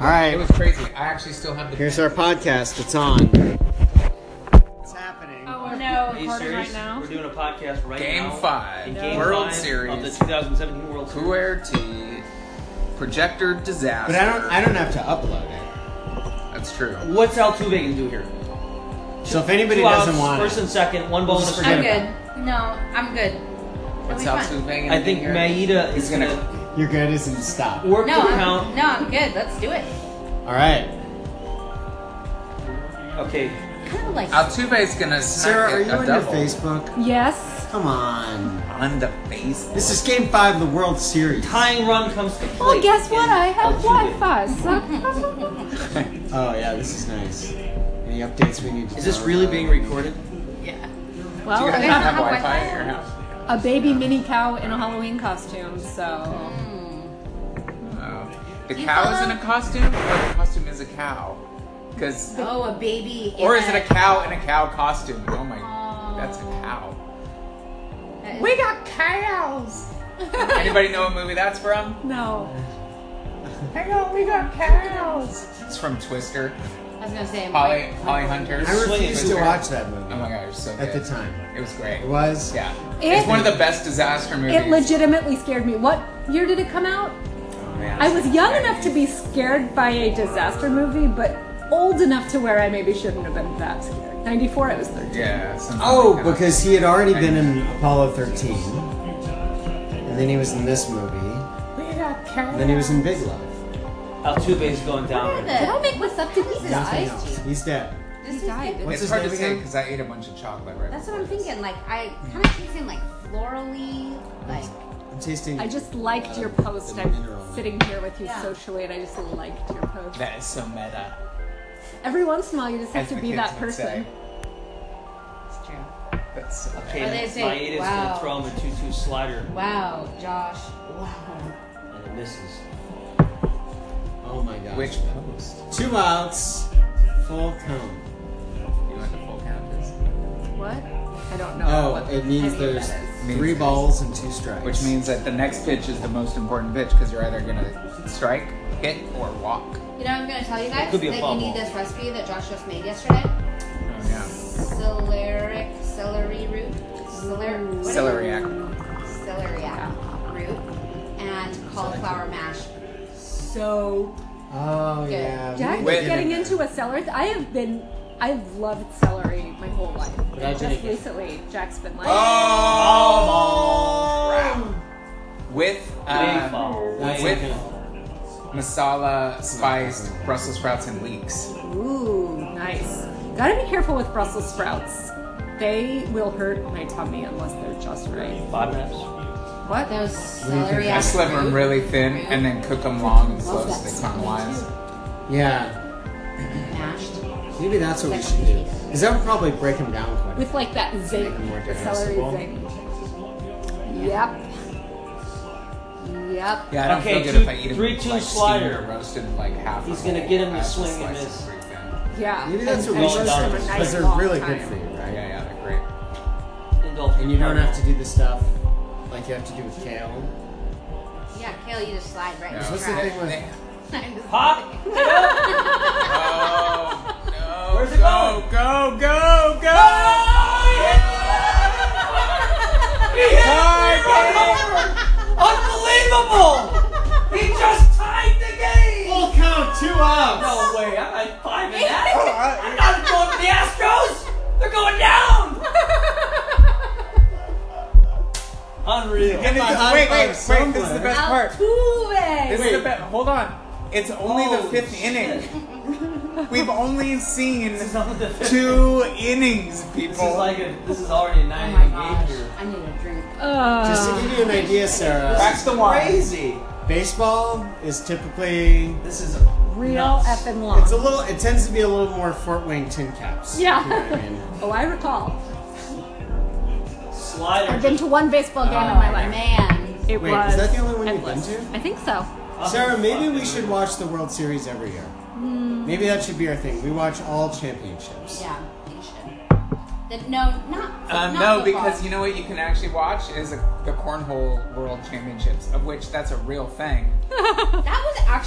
All right. It was crazy. I actually still have the. Here's our podcast. It's on. It's happening. Oh no, Are it's you hard serious? right now. We're doing a podcast right Game now. five. In Game World five Series. of the 2017 World Series. QWERTY projector disaster. But I don't. I don't have to upload it. That's true. What's Altuve gonna do here? So if anybody Two doesn't outs, want first it, and second, one ball and a Just forget I'm forget it. good. No, I'm good. What's It'll be up, fun. Suvang? I think Maeda is He's gonna- gonna, you're good. Isn't stop. work No, the I'm, count. no, I'm good. Let's do it. All right. Okay. Kind of like Altuve's gonna Sarah, smack are it you a on your double. Facebook? yes. Come on. On the face. This is Game Five of the World Series. Tying run comes to play. Well, guess what? and I have Altuve. Wi-Fi. So. Oh yeah, this is nice. Any updates we need? To Is this know really about? being recorded? Yeah. Do well, you guys okay. not have I Have Wi-Fi Wi-Fi? at your house? have a baby mini cow in a Halloween costume. So Oh. The You cow is in follow- a costume, or the costume is a cow? Because Oh, a baby. or is in it a cow in a cow costume? Oh my, Oh. that's a cow. That is- We got cows. Anybody know what movie that's from? no. Hang on, we got cows. It's from Twister. I was gonna say. Holly, Holly Hunter. I refused to Twister. watch that movie Oh my gosh, so at the good. time. It was great. It was. Yeah. It- it's one of the best disaster movies. It legitimately scared me. What year did it come out? Oh, I was young enough to be scared by a disaster movie, but old enough to where I maybe shouldn't have been that scared. 94, I was 13. Yeah. something Oh, like that. because he had already been in Apollo 13, and then he was in this movie. And then he was in Big Love. Altuve's going down. Did I make this up? Did he Nothing die? else. He's dead. He died. What's it's his hard name to say again? because I ate a bunch of chocolate right. That's what I'm thinking. Like I kind of tasting like florally, like I'm tasting. I just liked your post. I'm sitting here with you Yeah. socially, and I just liked your post. That is so meta. Every once in a while, you just have As to the be kids that would say. person. it's true. That's so meta. Okay, Or they say, Maeda's wow. gonna throw him a 2-2 slider, Wow, Josh. Wow. and it misses. Oh my god. Uh, Which post? Two outs. Full count. You know what the full count is? What? I don't know. Oh, what it means any of there's that is. Means three there's- balls and two strikes. Which means that the next pitch is the most important pitch because you're either gonna strike, hit, or walk. Oh, You know what I'm gonna tell you guys? could be a that fumble. you need this recipe that Josh just made yesterday. Oh yeah. Celeric celery root. Celer- what is Celery it? act. Celeriac root and cauliflower mash. So Oh Okay. yeah. we need Jack is to Wait. get getting in into there. a celery. I have been, I've loved celery my whole life. I And didn't just get- recently, Jack's been like, Oh! Crap. With Big uh, ball. That's With- okay. masala, spiced Brussels sprouts and leeks. ooh, nice. Gotta be careful with Brussels sprouts. They will hurt my tummy unless they're just right. Five reps. What? those do you think? celery. I slit them really thin and then cook them long and slow so they caramelize. Yeah. mashed. Maybe that's what we should do. Is that would probably break him down quite a bit. With like that zing, Make it more the celery digestible. zing. Yep. Yep. Yeah, I don't Okay, feel good two- if I eat them three, like two steamed slider. or roasted like half. He's a gonna whole. get him to I have swing slice and it miss. pretty thin. Yeah. Maybe that's what we And- and should Going just down do. for a nice Because they're long really time. good for you, right? Oh, Yeah, yeah, they're great. Indulge And you don't have to do the stuff like you have to do with kale. Yeah, kale, you just slide right. No. in What's the trash. thing with- I'm just- Pop! Oh no! Where's it go, going? Go, go, go! Hi, Unbelievable! He just tied the game! Full count, two outs. No way, I'm not five in that. I'm not going for the Astros! They're going down! Unreal. And it's- High wait, wait, five wait! somewhere. This is the best part. This Altuve! is the best. Hold on. It's only the Holy fifth Oh, shit. inning. We've only seen This is not the fifth. two innings, people. This is like a, this is already a Oh nine my inning gosh. game here. I need a drink. Uh, Just to give you an idea, Sarah, Back the wine. Crazy. baseball is typically This is real nuts. effing long. it's a little. It tends to be a little more Fort Wayne tin caps. Yeah. You know what I mean? oh, I recall. slider. I've been to one baseball game in my Oh, life. man. It Wait, was is that the only one you've been endless. to? I think so. Sarah, maybe we should watch the World Series every year. Maybe that should be our thing. We watch all championships. Yeah, you should. The, no, Um, not. not no, football. because you know what you can actually watch is a, the Cornhole World Championships, of which that's a real thing. that was